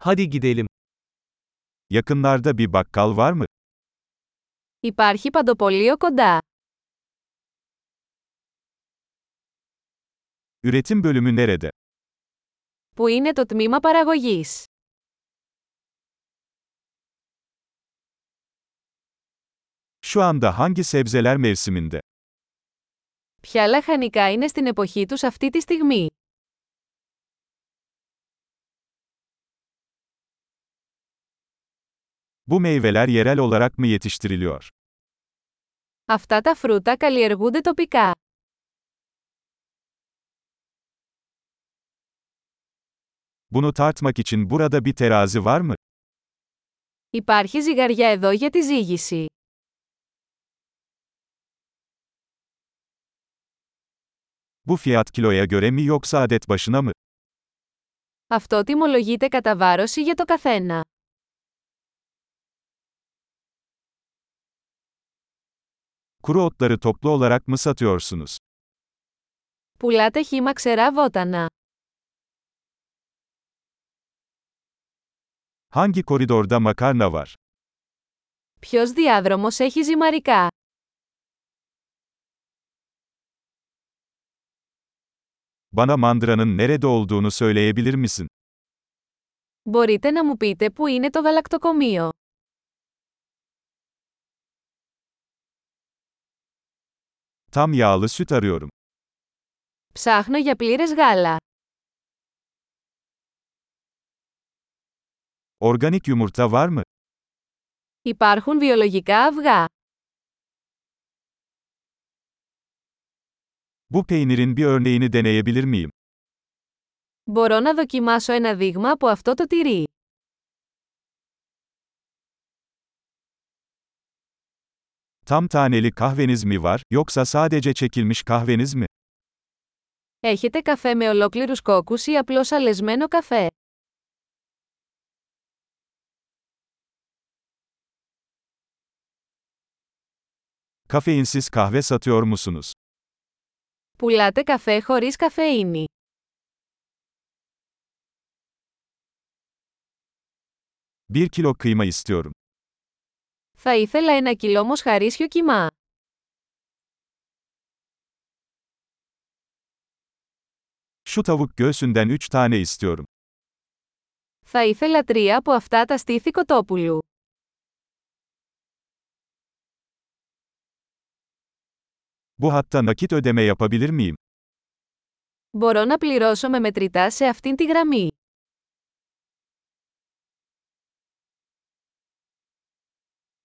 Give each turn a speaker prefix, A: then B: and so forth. A: Hadi gidelim. Yakınlarda bir bakkal var mı?
B: Υπάρχει παντοπολείο κοντά.
A: Üretim bölümü nerede?
B: Που είναι το τμήμα παραγωγής.
A: Şu anda hangi sebzeler mevsiminde?
B: Ποια λαχανικά είναι στην εποχή τους αυτή τη στιγμή.
A: Bu meyveler yerel olarak mı yetiştiriliyor?
B: Αυτά τα φρούτα καλλιεργούνται τοπικά.
A: Bunu tartmak için burada bir terazi var mı?
B: Υπάρχει ζυγαριά εδώ για τη ζύγηση.
A: Bu fiyat kiloya göre mi yoksa adet başına mı?
B: Αυτό τιμολογείται κατά βάρος ή για το καθένα.
A: Kuru otları toplu olarak mı satıyorsunuz?
B: Πουλάτε χύμα ξερά βότανα.
A: Hangi koridorda makarna var?
B: Ποιος διάδρομος έχει ζυμαρικά.
A: Bana mandıranın nerede olduğunu söyleyebilir misin?
B: Μπορείτε να μου πείτε πού είναι το γαλακτοκομείο.
A: Tam yağlı süt arıyorum.
B: Ψάχνω για πλήρες γάλα.
A: Organik yumurta var mı?
B: Υπάρχουν βιολογικά αυγά.
A: Bu peynirin bir örneğini deneyebilir miyim?
B: Μπορώ να δοκιμάσω ένα δείγμα από αυτό το τυρί.
A: Tam taneli kahveniz mi var yoksa sadece çekilmiş kahveniz mi?
B: Έχετε καφέ με ολόκληρους κόκκους ή απλώς αλεσμένο καφέ.
A: Kafeinsiz kahve satıyor musunuz?
B: Πουλάτε καφέ χωρίς καφεΐνη.
A: Bir kilo kıyma istiyorum.
B: Θα ήθελα ένα κιλό μοσχαρίσιο κιμά.
A: Şu tavuk göğsünden 3 tane istiyorum.
B: Θα ήθελα τρία από αυτά τα στήθη κοτόπουλου.
A: Bu hatta nakit ödeme yapabilir miyim?
B: Μπορώ να πληρώσω με μετρητά σε αυτήν τη γραμμή.